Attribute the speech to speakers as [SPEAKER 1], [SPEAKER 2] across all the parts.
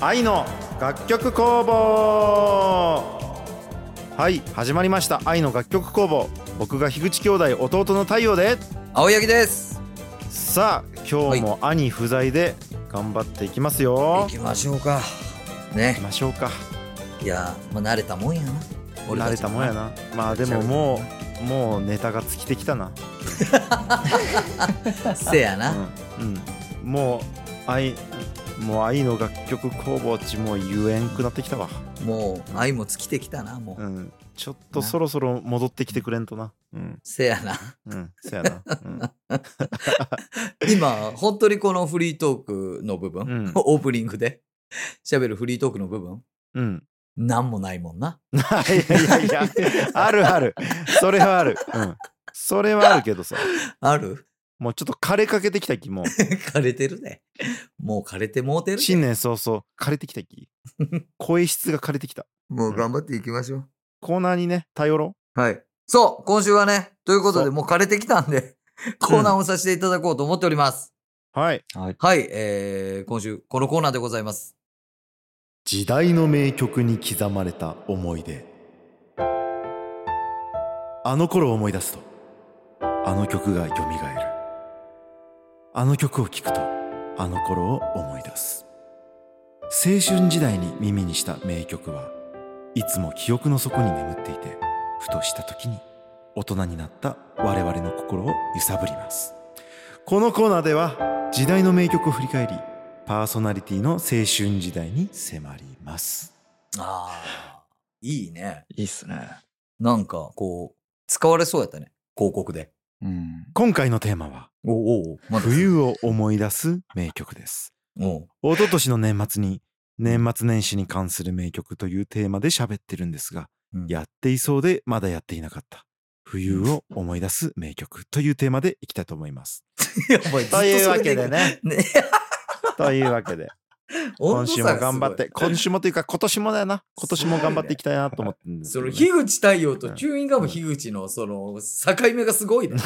[SPEAKER 1] 愛の楽曲工房はい始まりました愛の楽曲工房僕が樋口兄弟弟の太陽で
[SPEAKER 2] 青柳です
[SPEAKER 1] さあ今日も兄不在で頑張っていきますよ、
[SPEAKER 2] 行
[SPEAKER 1] 行
[SPEAKER 2] きましょうか
[SPEAKER 1] き
[SPEAKER 2] ね
[SPEAKER 1] ましょうか
[SPEAKER 2] いやーもう慣れたもんやな俺
[SPEAKER 1] 慣れ
[SPEAKER 2] ち
[SPEAKER 1] たもんやなまあでももうもうネタが尽きてきたな
[SPEAKER 2] せやな、
[SPEAKER 1] うん、うん、もう愛もう愛の楽曲工房ちもう言えんくなってきたわ
[SPEAKER 2] もう愛も尽きてきたなもう、
[SPEAKER 1] うんちょっとそろそろ戻ってきてくれんとなうん
[SPEAKER 2] せやな
[SPEAKER 1] うんそやな、うん
[SPEAKER 2] 今本当にこのフリートークの部分、
[SPEAKER 1] うん
[SPEAKER 2] オープニングで喋るフリートークの部分
[SPEAKER 1] うん。
[SPEAKER 2] なんもないもんな
[SPEAKER 1] いやいやいや、あるある。それはある。うん。それはあるけどさ、
[SPEAKER 2] ある
[SPEAKER 1] もうちょっと枯れかけてきたき、もう。
[SPEAKER 2] 枯れてるねもう枯れてもうてるね
[SPEAKER 1] 新年早々、枯れてきたき。声質が枯れてきた。
[SPEAKER 2] もう頑張っていきましょう
[SPEAKER 1] コーナーにね、頼ろ
[SPEAKER 2] はい。そう、今週はね、ということ
[SPEAKER 1] そ
[SPEAKER 2] で、
[SPEAKER 1] う
[SPEAKER 2] もう枯れてきたんで、コーナーをさせていただこうと思っております。
[SPEAKER 1] う。はい。
[SPEAKER 2] はい、えー、今週、このコーナーでございます。
[SPEAKER 1] 時代の名曲に刻まれた思い出あの頃を思い出すとあの曲がよみがえるあの曲を聴くとあの頃を思い出す青春時代に耳にした名曲はいつも記憶の底に眠っていてふとした時に大人になった我々の心を揺さぶりますこのコーナーでは時代の名曲を振り返りパーソナリティの青春時代に迫ります
[SPEAKER 2] ああ、いいね。
[SPEAKER 3] いいっすね。
[SPEAKER 2] なんか、こう、使われそうやったね。広告で。
[SPEAKER 3] うん。
[SPEAKER 1] 今回のテーマは
[SPEAKER 2] おおお、まだ。
[SPEAKER 1] 冬を思い出す名曲です
[SPEAKER 2] おう
[SPEAKER 1] 一昨年の年末に年末年始に関する名曲というテーマで喋ってるんですが
[SPEAKER 2] うん、
[SPEAKER 1] やっていそうでまだやっていなかった冬を思い出す名曲というテーマでいきたいと思います
[SPEAKER 2] やばい、ずっとそ
[SPEAKER 1] と
[SPEAKER 2] れ
[SPEAKER 1] いうわけで。ね
[SPEAKER 2] ね、
[SPEAKER 1] というわけで今週も頑張って今週もというか今年もだよな今年も頑張っていきたいなと思ってるんです
[SPEAKER 2] そ
[SPEAKER 1] けど
[SPEAKER 2] の
[SPEAKER 1] ね
[SPEAKER 2] 樋口太陽とチューインガム樋口のその境目がすごいね。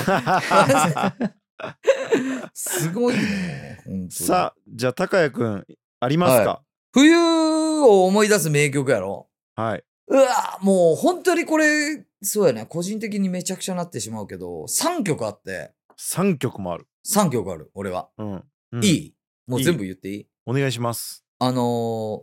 [SPEAKER 2] すごいね。本当に
[SPEAKER 1] さあじゃあ高谷くんありますか
[SPEAKER 2] 冬を思い出す名曲やろ。
[SPEAKER 1] はい、
[SPEAKER 2] うわもう本当にこれ、そうやね。個人的にめちゃくちゃなってしまうけど、3曲あって、
[SPEAKER 1] 三3曲もある、
[SPEAKER 2] 3曲ある、俺は。
[SPEAKER 1] うんうん
[SPEAKER 2] いいもう全部言っていい
[SPEAKER 1] お願いします
[SPEAKER 2] あの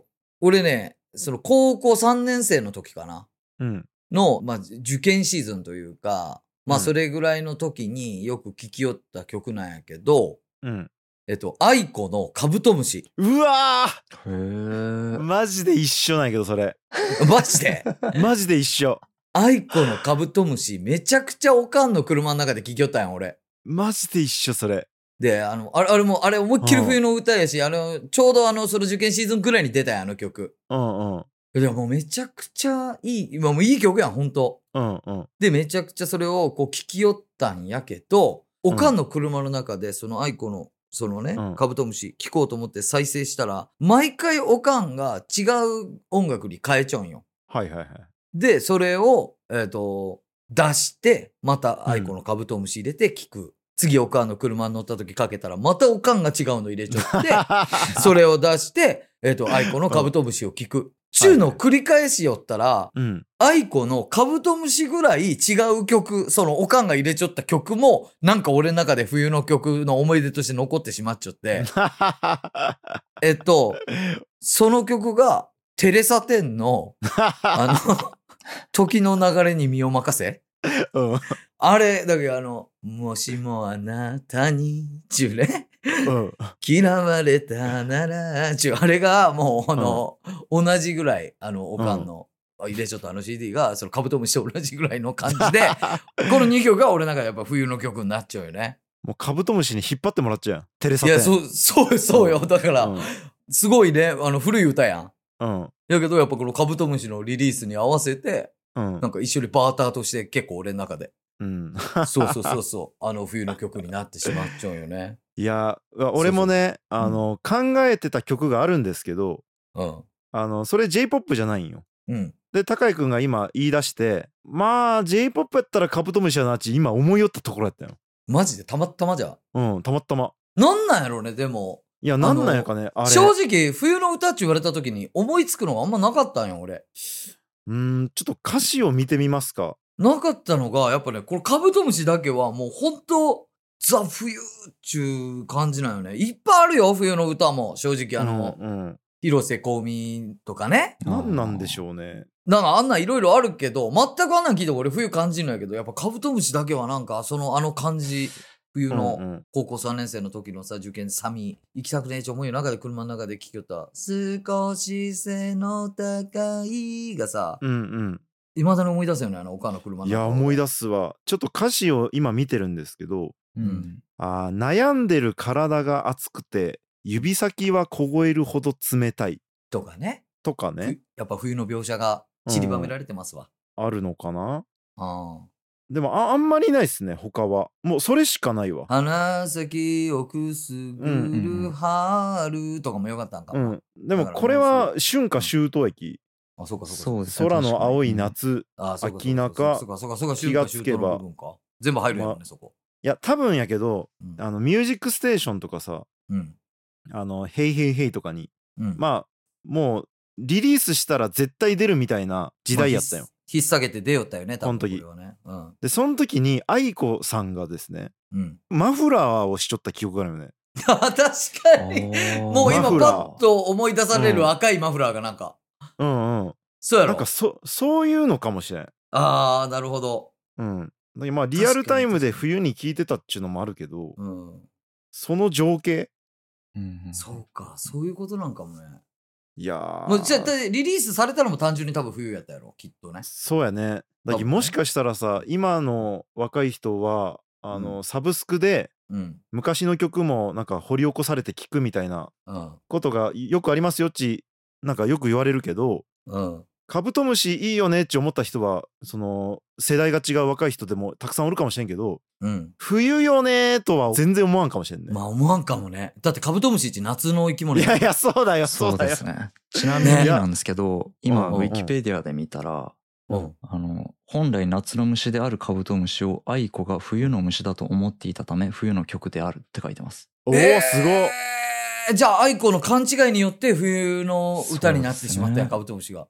[SPEAKER 2] ー俺ね、その高校3年生の時かな。
[SPEAKER 1] うん
[SPEAKER 2] の、まあ、受験シーズンというか、まあ、
[SPEAKER 1] うん
[SPEAKER 2] それぐらいの時によく聴き寄った曲なんやけど、
[SPEAKER 1] うん
[SPEAKER 2] えっと、愛子のカブトムシ。
[SPEAKER 1] うわ
[SPEAKER 3] へ
[SPEAKER 1] ー
[SPEAKER 3] ー
[SPEAKER 1] マジで一緒なんやけどそれ
[SPEAKER 2] マジで
[SPEAKER 1] マジで一緒
[SPEAKER 2] 愛子のカブトムシ、めちゃくちゃおかんの車の中で聴きよったんや、俺。
[SPEAKER 1] マジで一緒それ
[SPEAKER 2] で、あの、あれ、あれも、あれ思いっきり冬の歌やし、あの、ちょうどあの、その受験シーズンぐらいに出たんや、あの曲。
[SPEAKER 1] うんうん
[SPEAKER 2] いや、もうめちゃくちゃいい、今もういい曲やん、ほんと。
[SPEAKER 1] うんうん
[SPEAKER 2] で、めちゃくちゃそれをこう聞き寄ったんやけど、おかんの車の中で、その愛子の、そのね、
[SPEAKER 1] うん
[SPEAKER 2] カブトムシ聞こうと思って再生したら、毎回おかんが違う音楽に変えちゃうんよ。
[SPEAKER 1] はいはいはい
[SPEAKER 2] で、それを、えっ、と、出して、また愛子のカブトムシ入れて聞く。次、おかんの車に乗った時かけたら、またおかんが違うの入れちゃって、 それを出して、えっ、と、アイコのカブトムシを聞く。中の繰り返しよったら、
[SPEAKER 1] うん
[SPEAKER 2] アイコのカブトムシぐらい違う曲、そのおかんが入れちゃった曲も、なんか俺の中で冬の曲の思い出として残ってしまっちゃって、えっと、その曲が、テレサテンの、あの、時の流れに身を任せ
[SPEAKER 1] うん
[SPEAKER 2] あれ、だけどあの、もしもあなたに、ちゅうね。
[SPEAKER 1] うん
[SPEAKER 2] 嫌われたなら、ちゅう、あれがもう、あの、同じぐらい、あの、おかんの、入れちょっとあの CD が、そのカブトムシと同じぐらいの感じで、この2曲が俺なんかやっぱ冬の曲になっちゃうよね。
[SPEAKER 1] もうカブトムシに引っ張ってもらっちゃうやんテレサ
[SPEAKER 2] い
[SPEAKER 1] テン
[SPEAKER 2] や、そう、そう、そうよ。だから、すごいね、あの、古い歌やん。
[SPEAKER 1] うんうん
[SPEAKER 2] やけど、やっぱこのカブトムシのリリースに合わせて、
[SPEAKER 1] うん
[SPEAKER 2] なんか一緒にバーターとして結構俺の中で、
[SPEAKER 1] うん
[SPEAKER 2] そうそうそうそう、あの冬の曲になってしまっちゃうよね。
[SPEAKER 1] いやうわ俺もねあの考えてた曲があるんですけど
[SPEAKER 2] うん。
[SPEAKER 1] あのそれ J-POP じゃないんよ
[SPEAKER 2] うん。
[SPEAKER 1] で高井くんが今言い出してまあ J-POP やったらカブトムシやなっち今思いよったところやったよ
[SPEAKER 2] マジでたまたまじゃん。
[SPEAKER 1] うんたまたま
[SPEAKER 2] なんなんやろうね、でも。
[SPEAKER 1] いや、なんなんやかね、あれ。
[SPEAKER 2] 正直、冬の歌って言われた時に思いつくのがあんまなかったんよ、俺。
[SPEAKER 1] うーん、ちょっと歌詞を見てみますか。
[SPEAKER 2] なかったのが、やっぱね、これカブトムシだけはもう本当ザ・冬っちゅう感じなんよね。いっぱいあるよ、冬の歌も。正直、あの、
[SPEAKER 1] うん、うん。
[SPEAKER 2] 広瀬香美とかね。
[SPEAKER 1] なんなんでしょうね。
[SPEAKER 2] なんかあんなんいろいろあるけど、全くあんなん聞いて俺冬感じるんやけど、やっぱカブトムシだけはなんか、そのあの感じ、冬
[SPEAKER 1] う
[SPEAKER 2] の
[SPEAKER 1] んうん
[SPEAKER 2] 高校3年生の時のさ、受験サミ、行きたくねえち思いの中で車の中で聞きよった、少し背の高いがさ、
[SPEAKER 1] うん
[SPEAKER 2] いまだに思い出すよね、あの、おかんの
[SPEAKER 1] う
[SPEAKER 2] 車
[SPEAKER 1] ん。
[SPEAKER 2] の中
[SPEAKER 1] いや、思い出すわ。ちょっと歌詞を今見てるんですけど、
[SPEAKER 2] うん。
[SPEAKER 1] あー悩んでる体が熱くて、指先は凍えるほど冷たい
[SPEAKER 2] とかね。
[SPEAKER 1] とかね、
[SPEAKER 2] やっぱ冬の描写が散りばめられてますわ。
[SPEAKER 1] あるのかな。
[SPEAKER 2] あ
[SPEAKER 1] でもあ、あんまりないですね、他は。もうそれしかないわ。
[SPEAKER 2] 花先をくすぐ
[SPEAKER 1] うんうんう
[SPEAKER 2] る
[SPEAKER 1] ん
[SPEAKER 2] 春とかもよかったんか。
[SPEAKER 1] うん。で
[SPEAKER 2] だ
[SPEAKER 1] も、
[SPEAKER 2] から
[SPEAKER 1] これは春夏秋冬駅。
[SPEAKER 2] あ、そうかそうか。
[SPEAKER 3] そうですね
[SPEAKER 1] 空の青い夏。
[SPEAKER 2] あそうか
[SPEAKER 1] 明らか
[SPEAKER 2] そうかそうかそうか
[SPEAKER 1] 気がつけば
[SPEAKER 2] 秋冬の部分か全部入るよね、
[SPEAKER 1] ま
[SPEAKER 2] そこ、
[SPEAKER 1] いや、多分やけど、
[SPEAKER 2] うん、
[SPEAKER 1] あの、ミュージックステーションとかさ、
[SPEAKER 2] うん
[SPEAKER 1] あの、ヘイヘイヘイとかに、
[SPEAKER 2] うんまあ
[SPEAKER 1] まあ、もう、リリースしたら絶対出るみたいな時代やったよ。
[SPEAKER 2] ひっさげて出よったよね多分
[SPEAKER 1] この時
[SPEAKER 2] れはねうん
[SPEAKER 1] で、その時に、愛子さんがですね、
[SPEAKER 2] うん、
[SPEAKER 1] マフラーをしちょった記憶があるよね。
[SPEAKER 2] 確かにもう今
[SPEAKER 1] マフラー
[SPEAKER 2] パッと思い出される赤いマフラーがなんか、
[SPEAKER 1] うんうん。
[SPEAKER 2] そうやろ
[SPEAKER 1] なんか、そ、そういうのかもしれん。
[SPEAKER 2] ああなるほど、
[SPEAKER 1] うん。でまあ、リアルタイムで冬に聴いてたっちゅうのもあるけど、
[SPEAKER 2] うん、
[SPEAKER 1] その情景
[SPEAKER 2] そうかそういうことなんかもね
[SPEAKER 1] いやー
[SPEAKER 2] もうじゃあだってリリースされたのも単純に多分冬やったやろきっとね
[SPEAKER 1] そうやね。だ
[SPEAKER 2] 多
[SPEAKER 1] けど
[SPEAKER 2] 分ね
[SPEAKER 1] もしかしたらさ、今の若い人は、あの、サブスクで
[SPEAKER 2] うん
[SPEAKER 1] 昔の曲もなんか掘り起こされて聴くみたいな
[SPEAKER 2] うん
[SPEAKER 1] ことがよくありますよっち、なんかよく言われるけど、
[SPEAKER 2] うん
[SPEAKER 1] カブトムシいいよねって思った人は、その、世代が違う若い人でもたくさんおるかもしれんけど、
[SPEAKER 2] うん、
[SPEAKER 1] 冬よねーとは全然思わんかもしれんね。
[SPEAKER 2] まあ思わんかもねだってカブトムシって夏の生き物
[SPEAKER 1] い
[SPEAKER 2] や
[SPEAKER 1] やいや、そうだよ、
[SPEAKER 3] そ
[SPEAKER 1] そううだ
[SPEAKER 3] で
[SPEAKER 1] よ。
[SPEAKER 3] すね。ちなみに
[SPEAKER 2] ね
[SPEAKER 3] なんですけど、
[SPEAKER 1] うん
[SPEAKER 3] 今
[SPEAKER 1] うん
[SPEAKER 3] ウ
[SPEAKER 1] うん
[SPEAKER 3] ィキペディアで見たら、
[SPEAKER 2] うん
[SPEAKER 3] あの、本来夏の虫であるカブトムシを愛子が冬の虫だと思っていたため、冬の曲であるって書いてます。
[SPEAKER 1] おー、すごっ。
[SPEAKER 2] えーじゃあ、アイコの勘違いによって冬の歌になってしまった
[SPEAKER 3] そうです
[SPEAKER 2] やん、
[SPEAKER 3] ね
[SPEAKER 2] カブトムシが。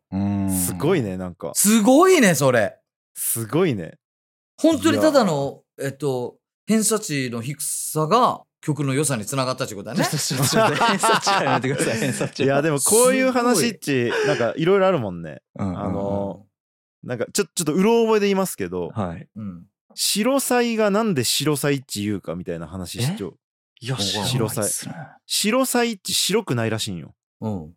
[SPEAKER 1] すご
[SPEAKER 3] い。
[SPEAKER 1] いね、なんか。
[SPEAKER 2] すごいね、それ。
[SPEAKER 1] すごいね。
[SPEAKER 2] 本当にただの、えっと、偏差値の低さが曲の良さにつながったってことだ
[SPEAKER 3] ちょ
[SPEAKER 2] ね
[SPEAKER 3] っ。とちょっとちょ っと偏差値はやめてください、偏差
[SPEAKER 1] い
[SPEAKER 3] 値は。
[SPEAKER 1] や、でもこういう話
[SPEAKER 2] すごい
[SPEAKER 1] っち、なんかいろいろあるもんね。
[SPEAKER 3] うんうんうん
[SPEAKER 1] あのなんかちょちょっとうろ覚えで言いますけど、
[SPEAKER 3] はい。
[SPEAKER 2] うん。
[SPEAKER 1] 白菜がなんで白菜っち言うかみたいな話しちょ。
[SPEAKER 3] よし、
[SPEAKER 1] 白菜
[SPEAKER 3] すね。
[SPEAKER 1] 白菜っち白くないらしいんよ。
[SPEAKER 2] うん。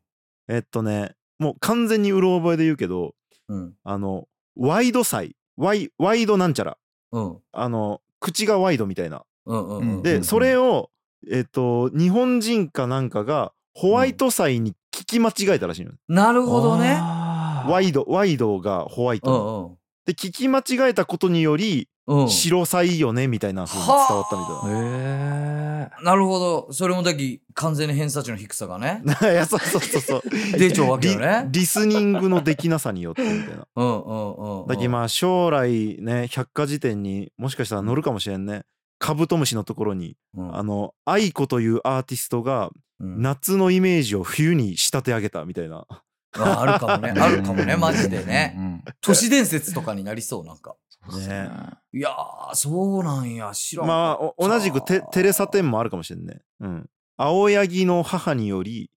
[SPEAKER 1] えっとね、もう完全にうろ覚えで言うけど、
[SPEAKER 2] うん。
[SPEAKER 1] あの、ワイド菜、ワイワイドなんちゃら、
[SPEAKER 2] うん。
[SPEAKER 1] あの、口がワイドみたいな。
[SPEAKER 2] うん。うん。うん
[SPEAKER 3] うん
[SPEAKER 1] で、
[SPEAKER 3] うん
[SPEAKER 1] それを、えっと、日本人かなんかがホワイト菜に聞き間違えたらしいの。
[SPEAKER 2] なるほどね。
[SPEAKER 3] ワ
[SPEAKER 1] ワイド、ワイドがホワイ
[SPEAKER 2] う
[SPEAKER 1] ト。
[SPEAKER 2] ん。
[SPEAKER 1] で、聞き間違えたことにより、
[SPEAKER 2] うん。うん。
[SPEAKER 1] 白さいいよねみたいな風に伝わったみたい
[SPEAKER 2] は
[SPEAKER 3] え
[SPEAKER 2] なるほど。それもだき、完全に偏差値の低さが ね。
[SPEAKER 1] な。いやそうそうそうそう。
[SPEAKER 2] 出ちゃうわけよね
[SPEAKER 1] リリスニングのできなさによってみ たいな。
[SPEAKER 2] うん。うん。うん。
[SPEAKER 1] だけどまあ将来ね百科事典にもしかしたら載るかもしれんね。カブトムシのところに
[SPEAKER 2] うん、
[SPEAKER 1] あの愛子というアーティストが
[SPEAKER 2] うん、
[SPEAKER 1] 夏のイメージを冬に仕立て上げたみたいな。
[SPEAKER 2] ああるかもね。 あるかもね、マジでね。
[SPEAKER 3] ね。
[SPEAKER 2] 都市伝説とかになりそう、なんか。
[SPEAKER 3] そうっすね
[SPEAKER 2] いやー、そうなんや、知らんか
[SPEAKER 1] まあお同じくテテレサテンもあるかもしれんね。うん。青柳の母によ り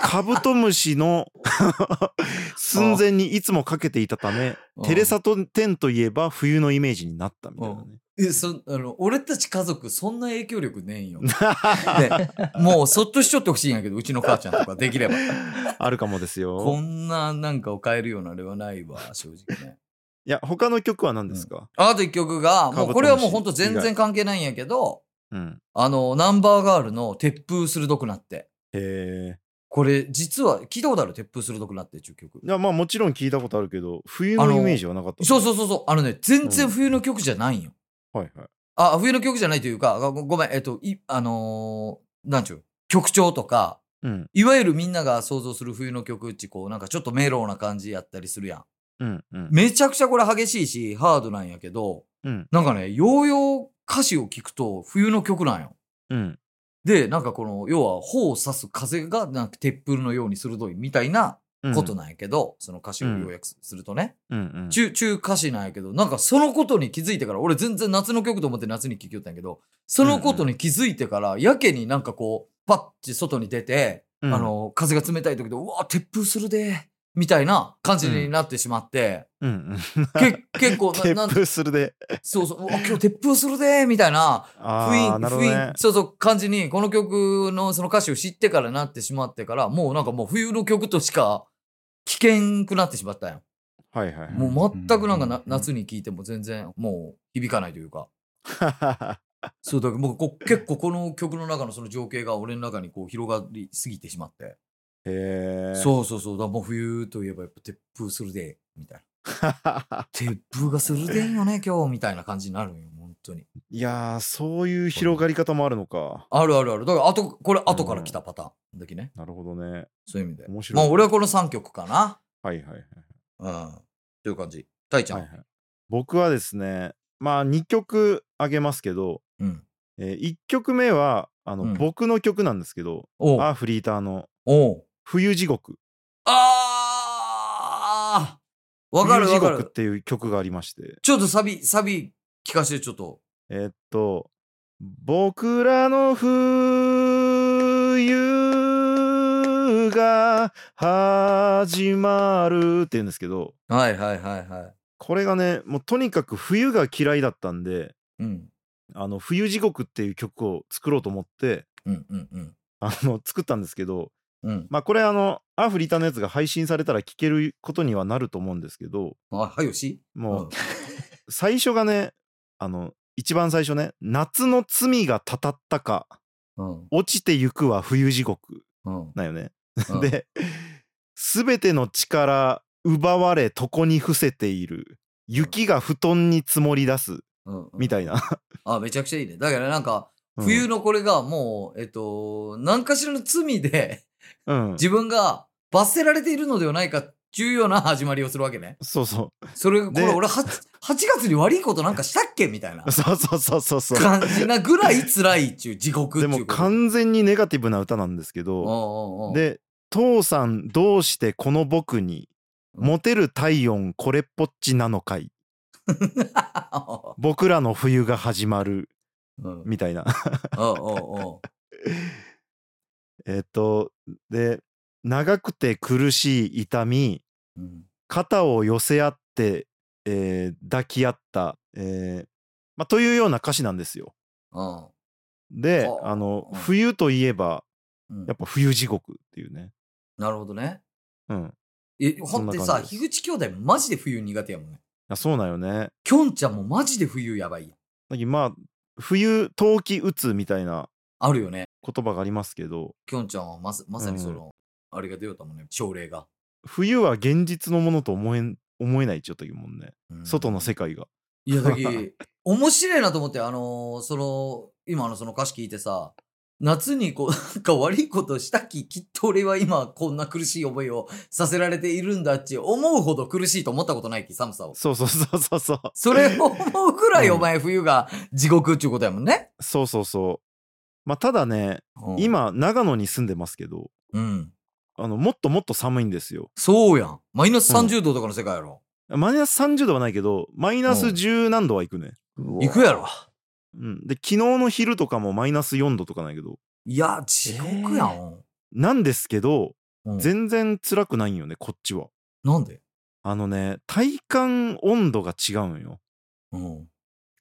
[SPEAKER 1] カブトムシの寸前にいつもかけていたため
[SPEAKER 2] うん
[SPEAKER 1] テレサとテンといえば冬のイメージになったみたいな ね。
[SPEAKER 2] えそあの俺たち家族、そんな影響力ねえん よ。ねもう、そっとしちょってほしいんやけど、うちの母ちゃんとかで きれば。
[SPEAKER 1] あるかもです
[SPEAKER 2] こ
[SPEAKER 1] よ。
[SPEAKER 2] んななんかを変えるようなあれはないわ、正直ね。
[SPEAKER 1] いや、他の曲は何ですか
[SPEAKER 2] あと一曲が、もうこれはもうほんと
[SPEAKER 1] カブトムシ以外
[SPEAKER 2] 全然関係ないんやけど、
[SPEAKER 1] うん。
[SPEAKER 2] あの、ナンバーガールの鉄風鋭くなって。
[SPEAKER 1] へえ。
[SPEAKER 2] これ、実は、聞いたことある鉄風鋭くなってっていう曲
[SPEAKER 1] い。や、まあもちろん聞いたことあるけど、冬のイメージはなかった。
[SPEAKER 2] そうそうそうそう、あのね、全然冬の曲じゃないんよ。
[SPEAKER 1] はいはい。
[SPEAKER 2] あ、冬の曲じゃないというか、ごごめん、えっと、い、あのーなんちゅう、曲調とか、
[SPEAKER 1] うん。
[SPEAKER 2] いわゆるみんなが想像する冬の曲っち、こう、なんかちょっとメローな感じやったりするやん。
[SPEAKER 1] うん。うん。
[SPEAKER 2] めちゃくちゃこれ激しいし、ハードなんやけど、
[SPEAKER 1] うん。
[SPEAKER 2] なんかね、ようよう歌詞を聞くと冬の曲なんよ。
[SPEAKER 1] うん。
[SPEAKER 2] で、なんかこの、要は、頬を刺す風が、なんか鉄風のように鋭いみたいな
[SPEAKER 1] うん
[SPEAKER 2] ことなんやけど、その歌詞を要約するとね、
[SPEAKER 1] うんうん
[SPEAKER 2] 中、中歌詞なんやけど、なんかそのことに気づいてから、俺全然夏の曲と思って夏に聴きよったんやけど、そのことに気づいてから、やけになんかこう、パッて外に出て、
[SPEAKER 1] うん
[SPEAKER 2] あの、風が冷たい時で、うわ、鉄風するで、みたいな感じになってしまって、
[SPEAKER 1] うん
[SPEAKER 2] け結構
[SPEAKER 1] うん
[SPEAKER 2] な、なん
[SPEAKER 1] 鉄風するで
[SPEAKER 2] そうそう、うわ今日鉄風するで、みたいな、
[SPEAKER 1] あ
[SPEAKER 2] 雰
[SPEAKER 1] あ
[SPEAKER 2] 囲
[SPEAKER 1] なるほどね
[SPEAKER 2] 雰囲そうそう感じにこの曲のその歌詞を知ってからなってしまってからもうなんかもう冬の曲としか聴けんくなってしまったんよ
[SPEAKER 1] はいはい
[SPEAKER 3] ん
[SPEAKER 2] もう全くなんか
[SPEAKER 3] うん
[SPEAKER 2] な夏に聴いても全然もう響かないというか
[SPEAKER 1] は
[SPEAKER 2] そうだけどもうこ結構この曲の中のその情景が俺の中にこう広がりすぎてしまって、
[SPEAKER 1] い へえ
[SPEAKER 2] そうそうそうだからもう冬といえばやっぱ鉄風するでみたいな鉄風がするでん よね今日みたいな感じになるんよ本当に
[SPEAKER 1] いやーそういう広がり方もあるのか
[SPEAKER 2] あるあるあるだからあとこれ後から来たパターンの時ね
[SPEAKER 1] なるほどね
[SPEAKER 2] そういう意味で
[SPEAKER 1] 面白
[SPEAKER 2] ま
[SPEAKER 1] い
[SPEAKER 2] あ俺はこの3曲かな。
[SPEAKER 1] はいはいはい
[SPEAKER 2] うん。という感じ。たいちゃん。
[SPEAKER 1] はいはい僕はですねまあ2曲あげますけど、
[SPEAKER 2] うん。
[SPEAKER 1] え1曲目はあの、
[SPEAKER 2] うん
[SPEAKER 1] 僕の曲なんですけど
[SPEAKER 2] お
[SPEAKER 1] アー
[SPEAKER 2] う。
[SPEAKER 1] フリーターの
[SPEAKER 2] おう。
[SPEAKER 1] 「冬地獄」
[SPEAKER 2] あーわかる
[SPEAKER 1] 冬
[SPEAKER 2] わ
[SPEAKER 1] 地
[SPEAKER 2] か
[SPEAKER 1] 獄」っ
[SPEAKER 2] る。
[SPEAKER 1] ていう曲がありまして
[SPEAKER 2] ちょっとサビ、サビ聞かせて、ちょっと。
[SPEAKER 1] えーっと「僕らの冬が始まる」っていうんですけど
[SPEAKER 2] はいはいはいは
[SPEAKER 1] これがねもうとにかく冬が嫌いだったんで
[SPEAKER 2] い。うん。
[SPEAKER 1] あの冬地獄っていう曲を作ろうと思って
[SPEAKER 2] うんうんうん。
[SPEAKER 1] あの作ったんですけど、
[SPEAKER 2] うん。
[SPEAKER 1] まあ、これあのアフリータのやつが配信されたら聴けることにはなると思うんですけど
[SPEAKER 2] あ、はよし。
[SPEAKER 1] もう最初がねあの一番最初ね「夏の罪がたたったか
[SPEAKER 2] うん。
[SPEAKER 1] 落ちてゆくは冬地獄
[SPEAKER 2] うん。」
[SPEAKER 1] だよね。
[SPEAKER 2] うん、
[SPEAKER 1] で「全ての力奪われ床に伏せている雪が布団に積もり出す」
[SPEAKER 2] うん、
[SPEAKER 1] みたいな。
[SPEAKER 2] あ、めちゃくちゃいいね。だからなんか、
[SPEAKER 1] うん
[SPEAKER 2] 冬のこれがもう、えっと、何かしらの罪で、
[SPEAKER 1] うん、
[SPEAKER 2] 自分が罰せられているのではないかっていうような始まりをするわけね。
[SPEAKER 1] そうそ
[SPEAKER 2] それがこ
[SPEAKER 1] で
[SPEAKER 2] れ俺 8, 8月に悪いことなんかしたっけみ たいな
[SPEAKER 1] うそうそうそうそうそう。
[SPEAKER 2] 感じなぐらい辛いっちゅう地獄っ
[SPEAKER 1] で
[SPEAKER 2] ちゅうこ
[SPEAKER 1] も
[SPEAKER 2] と
[SPEAKER 1] 完全にネガティブな歌なんですけ
[SPEAKER 2] おう
[SPEAKER 1] ど
[SPEAKER 2] おうおう
[SPEAKER 1] で「父さんどうしてこの僕に
[SPEAKER 2] うん
[SPEAKER 1] モテる体温これっぽっちなのかい僕らの冬が始まる
[SPEAKER 2] うん」
[SPEAKER 1] みたいな
[SPEAKER 2] おうおうおう
[SPEAKER 1] えっとで「長くて苦しい痛み
[SPEAKER 2] うん
[SPEAKER 1] 肩を寄せ合って、えー抱き合った、えーまあ、というような歌詞なんですよ。
[SPEAKER 2] うん
[SPEAKER 1] で
[SPEAKER 2] はあ
[SPEAKER 1] あの
[SPEAKER 2] うん
[SPEAKER 1] 冬といえば
[SPEAKER 2] うん
[SPEAKER 1] やっぱ冬地獄っていうね。
[SPEAKER 2] なるほどね
[SPEAKER 1] うん、
[SPEAKER 2] えほんとに
[SPEAKER 1] そんな
[SPEAKER 2] さ
[SPEAKER 1] 感じで
[SPEAKER 2] 樋口兄弟マジで冬苦手やもんね
[SPEAKER 1] あそうなんよね。
[SPEAKER 2] きょんちゃんもマジで冬やばいやん
[SPEAKER 1] だけどまあ冬冬季うつみたいな
[SPEAKER 2] あるよね
[SPEAKER 1] 言葉がありますけど
[SPEAKER 2] きょんちゃんはまさまさにその、あれが出ようたもんね症例が、
[SPEAKER 1] 冬は現実のものと思えん思えないっちゃったもんね、
[SPEAKER 2] うん
[SPEAKER 1] 外の世界が
[SPEAKER 2] いや だけ面白いなと思ってあのーその今のその歌詞聞いてさ夏にこう なんか悪いことしたききっと俺は今こんな苦しい思いをさせられているんだって思うほど苦しいと思ったことないき寒さを
[SPEAKER 1] そうそうそうそうそう
[SPEAKER 2] それを思うくらい
[SPEAKER 1] うん
[SPEAKER 2] お前冬が地獄っちゅうことやもんね、
[SPEAKER 1] そうそうそうまあただね、
[SPEAKER 2] うん、
[SPEAKER 1] 今長野に住んでますけど
[SPEAKER 2] うん
[SPEAKER 1] あのもっともっと寒いんですよ
[SPEAKER 2] そうやんマイナス30度とかの世界やろ、
[SPEAKER 1] マイナス30度はないけどマイナス
[SPEAKER 2] うん
[SPEAKER 1] 10何度はいくね、
[SPEAKER 2] 行くやろ
[SPEAKER 1] うん、で昨日の昼とかもマイナス4度とかないけど
[SPEAKER 2] いや地獄やん、
[SPEAKER 1] なんですけど
[SPEAKER 2] うん
[SPEAKER 1] 全然辛くないんよねこっちは
[SPEAKER 2] なんで、
[SPEAKER 1] あのね体感温度が違うんよ
[SPEAKER 2] うん、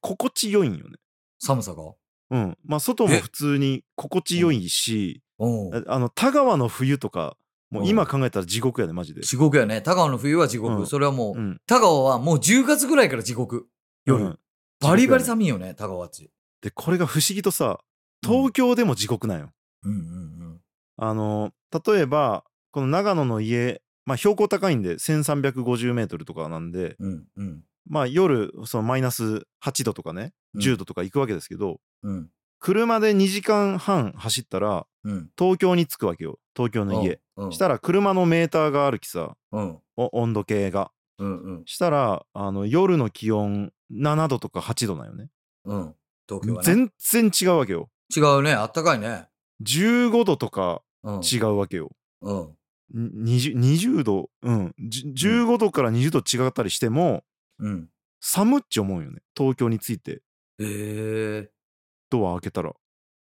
[SPEAKER 1] 心地よいんよね。
[SPEAKER 2] 寒さが
[SPEAKER 1] うん。まあ、外も普通に心地よいし、
[SPEAKER 2] うん
[SPEAKER 1] ああの、田川の冬とか、もう今考えたら地獄やね、マジで。
[SPEAKER 2] 地獄やね田川の冬は地獄、
[SPEAKER 1] うん
[SPEAKER 2] それはもう、
[SPEAKER 1] うん。
[SPEAKER 2] 田川はもう10月ぐらいから地獄。夜。
[SPEAKER 1] うん
[SPEAKER 2] バリバリ寒いよね、田川っち。
[SPEAKER 1] で、これが不思議とさ、
[SPEAKER 2] うん
[SPEAKER 1] 東京でも地獄なんよ。
[SPEAKER 2] うんうん
[SPEAKER 1] あの、例えば、この長野の家、まあ、標高高いんで、1350メートルとかなんで、
[SPEAKER 2] うん。うんうん。
[SPEAKER 1] まあ、夜、そのマイナス8度とかね、10度とか行くわけですけど、
[SPEAKER 2] うん。
[SPEAKER 1] 車で2時間半走ったら、
[SPEAKER 2] うん。
[SPEAKER 1] 東京に着くわけよ。東京の家。
[SPEAKER 2] うん。
[SPEAKER 1] したら、車のメーターがあるきさ、
[SPEAKER 2] うん。
[SPEAKER 1] お温度計が
[SPEAKER 2] うんうん。
[SPEAKER 1] したらあの夜の気温7度とか8度なんよね
[SPEAKER 2] うん。東京はね。
[SPEAKER 1] 全然違うわけよ
[SPEAKER 2] 違うね。あったかいね。
[SPEAKER 1] 15度とか
[SPEAKER 2] うん。
[SPEAKER 1] 違うわけよ。
[SPEAKER 2] うん。
[SPEAKER 1] に 20, 20度、うん、じ15度から20度違ったりしても、
[SPEAKER 2] うん。
[SPEAKER 1] 寒っち思うよね。東京について
[SPEAKER 2] えー、
[SPEAKER 1] ドア開けたら。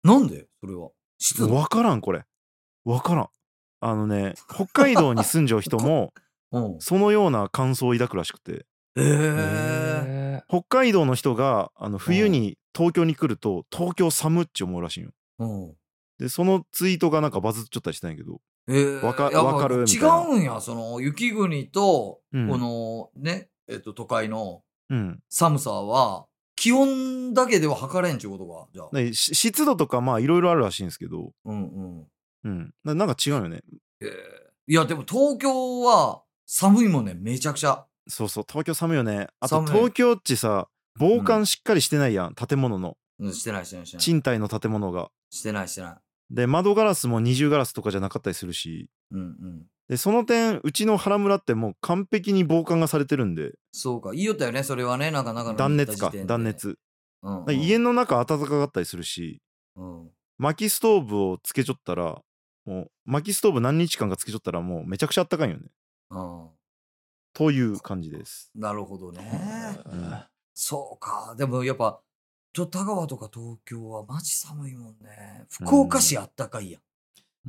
[SPEAKER 2] なんでそれは。湿度
[SPEAKER 1] わからんこれ。わからん。あのね、北海道に住んじゃう人 も、
[SPEAKER 2] うん。
[SPEAKER 1] そのような感想を抱くらしくて、
[SPEAKER 2] えー、
[SPEAKER 1] 北海道の人があの冬に東京に来ると、東京寒っち思うらしいよ。
[SPEAKER 2] うん。
[SPEAKER 1] で、そのツイートがなんかバズっちゃったりしたんやけど、
[SPEAKER 2] えー、
[SPEAKER 1] わか
[SPEAKER 2] やっぱ
[SPEAKER 1] わかるみたい
[SPEAKER 2] 違
[SPEAKER 1] な
[SPEAKER 2] うんや、その、雪国と、
[SPEAKER 1] うん
[SPEAKER 2] この、ね、えっと、都会の
[SPEAKER 1] うん。
[SPEAKER 2] 寒さは、気温だけでは測れんちゅうことか、じゃあ。
[SPEAKER 1] でし湿度とかまあいろいろあるらしいんですけど、
[SPEAKER 2] うんうん。
[SPEAKER 1] うん。ななんか違うよね。
[SPEAKER 2] えー、いや、でも東京は寒いもんね、めちゃくちゃ。
[SPEAKER 1] そうそう、東京寒いよね。あと
[SPEAKER 2] 寒い
[SPEAKER 1] 東京っちさ、防寒しっかりしてないやん、建物の。
[SPEAKER 2] うん、してない、してない、してない。
[SPEAKER 1] 賃貸の建物が。
[SPEAKER 2] してない、してない。
[SPEAKER 1] で、窓ガラスも二重ガラスとかじゃなかったりするし、
[SPEAKER 2] うんうん。
[SPEAKER 1] で、その点、うちの原村ってもう完璧に防寒がされてるんで、
[SPEAKER 2] そうか、言いよったよね、それはね、なんか、なんか、
[SPEAKER 1] 断熱か、断。熱。
[SPEAKER 2] うん、うん。
[SPEAKER 1] 家の中暖かかったりするし、
[SPEAKER 2] うん。
[SPEAKER 1] 薪ストーブをつけちょったら、もう薪ストーブ何日間かつけちょったらもうめちゃくちゃ暖かいよね。
[SPEAKER 2] うん。
[SPEAKER 1] という感じです。
[SPEAKER 2] なるほどね。
[SPEAKER 1] うん
[SPEAKER 2] そうか。でもやっぱ、ちょっと田川とか東京はマジ寒いもんね。福岡市あったかいや